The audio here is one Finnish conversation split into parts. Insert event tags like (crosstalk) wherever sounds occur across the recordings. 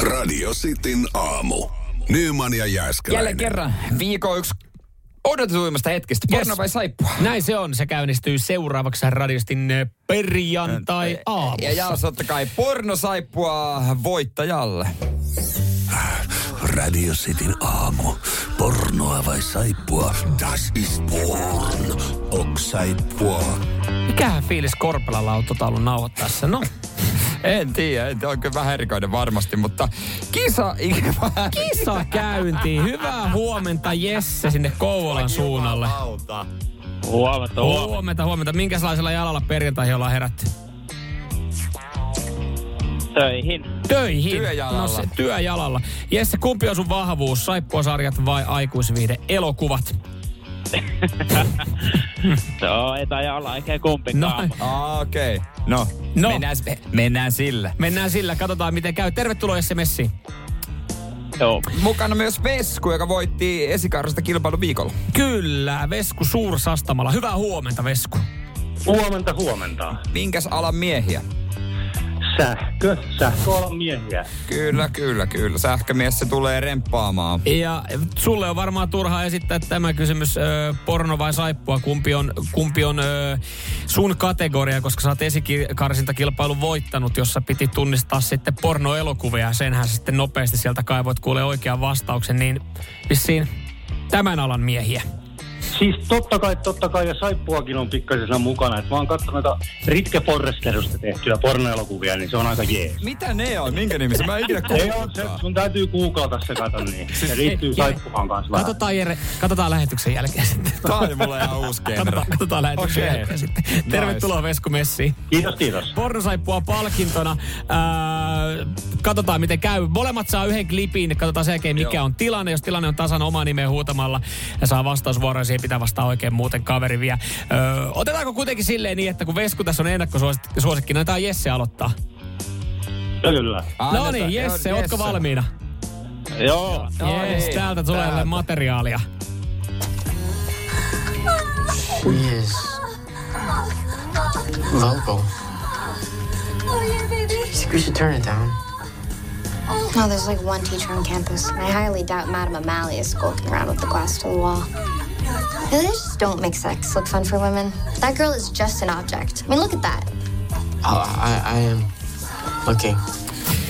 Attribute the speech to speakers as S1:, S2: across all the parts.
S1: Radio Cityn aamu. Nyman ja Jääskeläinen.
S2: Jälleen kerran viikon yksi odotetuimmasta hetkistä.
S3: Yes.
S2: Porno vai saippua?
S3: Näin se on. Se käynnistyy seuraavaksi radiostin eh, perjantai aamussa.
S2: Ja jaos totta kai porno saippua voittajalle.
S1: Radio Cityn aamu. Pornoa vai saippua? Das ist porn. Ok saippua.
S3: Mikähän fiilis Korpelalla on tota ollut nauhoittaessa? No,
S2: En tiedä, en tiedä, on kyllä vähän erikoinen varmasti, mutta kisa...
S3: kisa käyntiin. Hyvää huomenta Jesse sinne Kouvolan suunnalle.
S4: Huomenta, huomenta.
S3: Huomenta, huomenta. Minkälaisella jalalla perjantaihin ollaan herätty?
S4: Töihin.
S3: Töihin.
S2: Työjalalla.
S3: No se, työjalalla. Jesse, kumpi on sun vahvuus? Saippuasarjat vai aikuisviihde? Elokuvat.
S4: Joo, ei tai olla eikä
S3: No,
S4: kumpikaan.
S2: Ah, Okei, okay. no,
S3: No.
S2: Mennään, s- mennään sillä.
S3: mennään sillä. Katsotaan, miten käy. Tervetuloa Jesse Messiin.
S4: Joo.
S2: Mukana myös Vesku, joka voitti esikarrasta kilpailu viikolla.
S3: Kyllä, Vesku Suursastamalla. Hyvää huomenta, Vesku.
S5: Huomenta, huomenta.
S2: Minkäs alan miehiä?
S5: Sähkö, sähkö on miehiä.
S2: Kyllä, kyllä, kyllä. Sähkömies se tulee remppaamaan.
S3: Ja sulle on varmaan turha esittää tämä kysymys, ö, porno vai saippua, kumpi on, kumpi on ö, sun kategoria, koska sä oot esikarsintakilpailun voittanut, jossa piti tunnistaa sitten pornoelokuvia, ja senhän sä sitten nopeasti sieltä kaivoit kuulee oikean vastauksen, niin vissiin tämän alan miehiä.
S5: Siis totta kai, totta kai, ja saippuakin on pikkasen mukana. Et mä oon katsonut noita Ritke Forresterista tehtyjä pornoelokuvia, niin se on aika jees.
S2: Mitä ne on? Minkä nimissä? Mä en ikinä
S5: Ei on, se,
S2: kuullutkaan.
S5: sun täytyy googlata se, kato niin. Se liittyy saippuaan kanssa vähän.
S3: Siis Katsotaan, Jere, katsotaan lähetyksen jälkeen sitten.
S2: Tää on mulle ihan uusi genre.
S3: Katsotaan, katsotaan lähetyksen
S2: Okei.
S3: jälkeen sitten. Tervetuloa Vesku Messiin.
S5: Kiitos, kiitos.
S3: pornosaippua palkintona. Ää, katsotaan, miten käy. Molemmat saa yhden klipin, katsotaan sen jälkeen, mikä
S2: Joo.
S3: on tilanne. Jos tilanne on tasan oma nimeä huutamalla ja saa vastausvuoron, siihen pitää vastaa oikein muuten kaveri vielä. Öö, otetaanko kuitenkin silleen niin, että kun Vesku tässä on ennakkosuosikki, no tää Jesse aloittaa.
S5: Kyllä.
S2: Annetaan.
S3: No niin,
S2: Joo,
S3: Jesse, ootko valmiina?
S4: Joo.
S2: No
S3: Jees,
S2: niin,
S3: täältä tulee
S2: täältä.
S3: materiaalia.
S6: Yes. Vocal. We should turn it down.
S7: No, there's like one teacher on campus, and I highly doubt Madame O'Malley is skulking around with the glass to the wall. They just don't make sex look fun for women. That girl is just an object. I mean, look at that.
S6: Oh, I, I am looking.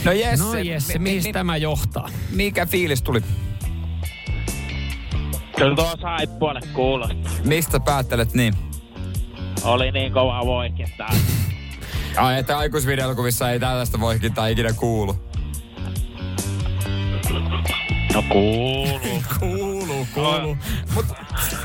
S2: No Jesse,
S3: No Jesse,
S2: mi-
S3: mihin
S2: mi-
S3: tämä johtaa?
S2: mikä fiilis tuli?
S4: Kyllä tuo saippualle kuulosti.
S2: Mistä päättelet niin?
S4: Oli niin kova voikintaa.
S2: Ai, että aikuisvideolokuvissa ei tällaista voikintaa ikinä kuulu.
S4: No kuuluu.
S3: Kuuluu, kuuluu.
S2: Mut,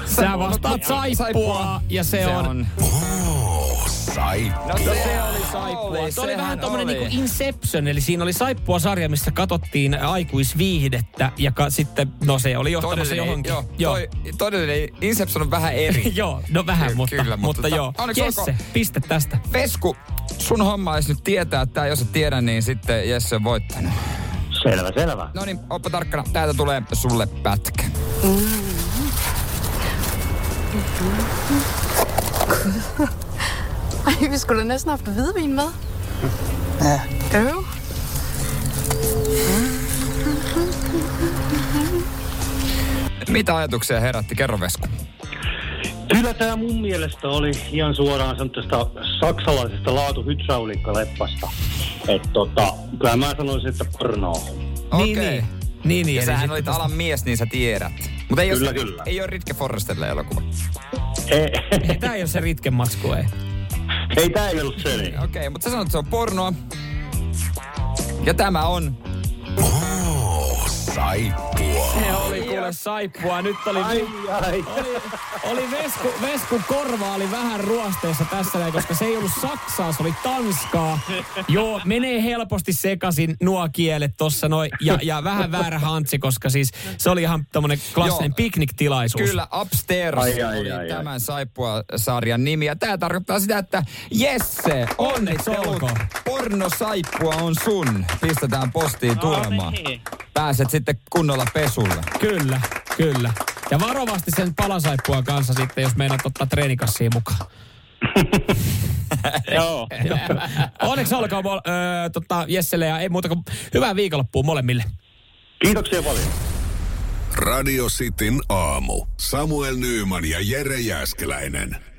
S3: Sä vastaat saippua ja se on
S1: Oh, saippua.
S2: No se oli
S3: saippua.
S2: saippua.
S3: Se oli vähän tommonen niinku Inception, eli siinä oli saippua-sarja, missä katsottiin aikuisviihdettä ja ka- sitten, no se oli johtamassa
S2: Todellinen,
S3: johonkin.
S2: joo, toi, todellinen Inception on vähän eri.
S3: (laughs) joo, no vähän,
S2: Ky-
S3: mutta,
S2: kyllä,
S3: kyllä,
S2: mutta
S3: mutta,
S2: ta-
S3: joo.
S2: onneksi
S3: Jesse,
S2: olkoon.
S3: piste tästä.
S2: Vesku, sun homma olisi nyt tietää, että jos et tiedä, niin sitten Jesse on voittanut.
S5: Selvä, selvä.
S2: No niin, oppa tarkkana. Täältä tulee sulle pätkä.
S8: Ej, vi skulle næsten have haft hvidvin med. Ja. Øv.
S2: Mitä ajatuksia herätti? Kerro Vesku.
S3: Niin,
S5: Kyllä tämä mun mielestä oli ihan suoraan sanotusta saksalaisesta laatuhydrauliikkaleppasta. Että tota, kyllä mä sanoisin, että pornoa.
S3: Niin,
S2: Okei.
S3: niin. Niin, niin.
S2: Ja
S3: eli
S2: sähän
S3: sitten
S2: olit
S3: tästä-
S2: alan mies, niin sä tiedät. Mutta ei,
S5: Kyllä,
S2: ole,
S5: kyllä.
S2: ei ole Ritke Forrestelle elokuva.
S5: Ei,
S3: Ei, (laughs) tää ei ole se ritken matsku, ei.
S5: ei tää ei ollut se niin.
S2: Okei, okay, mutta sä sanoit, että se on pornoa. Ja tämä on...
S1: Oh, saippua.
S3: Se oli kuule saippua, nyt oli... Ai,
S5: ai.
S3: Oli, oli Vesku, Vesku korva oli vähän ruosteessa tässä näin, koska se ei ollut Saksaa, se oli Tanskaa. Joo, menee helposti sekaisin nuo kielet tossa noin. Ja, ja vähän väärä hantsi, koska siis se oli ihan tämmönen klassinen
S2: Joo.
S3: pikniktilaisuus.
S2: Kyllä, Upstairs
S5: Ai, ai,
S2: oli
S5: ai, ai.
S2: tämän saippua-sarjan nimi. Ja tää tarkoittaa sitä, että Jesse,
S3: Onneksi
S2: onnittelut.
S3: olkoon.
S2: Pornosaippua on sun. Pistetään
S3: No
S2: postiin tulemaan.
S4: niin.
S2: Pääset sitten kunnolla pesulle.
S3: Kyllä, kyllä. Ja varovasti sen palasaippua kanssa sitten, jos meinaat ottaa treenikassiin mukaan.
S4: Joo.
S3: Onneksi olkoon mol- öö, tota, Jesselle ja ei muuta kuin hyvää viikonloppua molemmille.
S5: Kiitoksia paljon.
S1: Radio Cityn aamu. Samuel Nyyman ja Jere Jäskeläinen.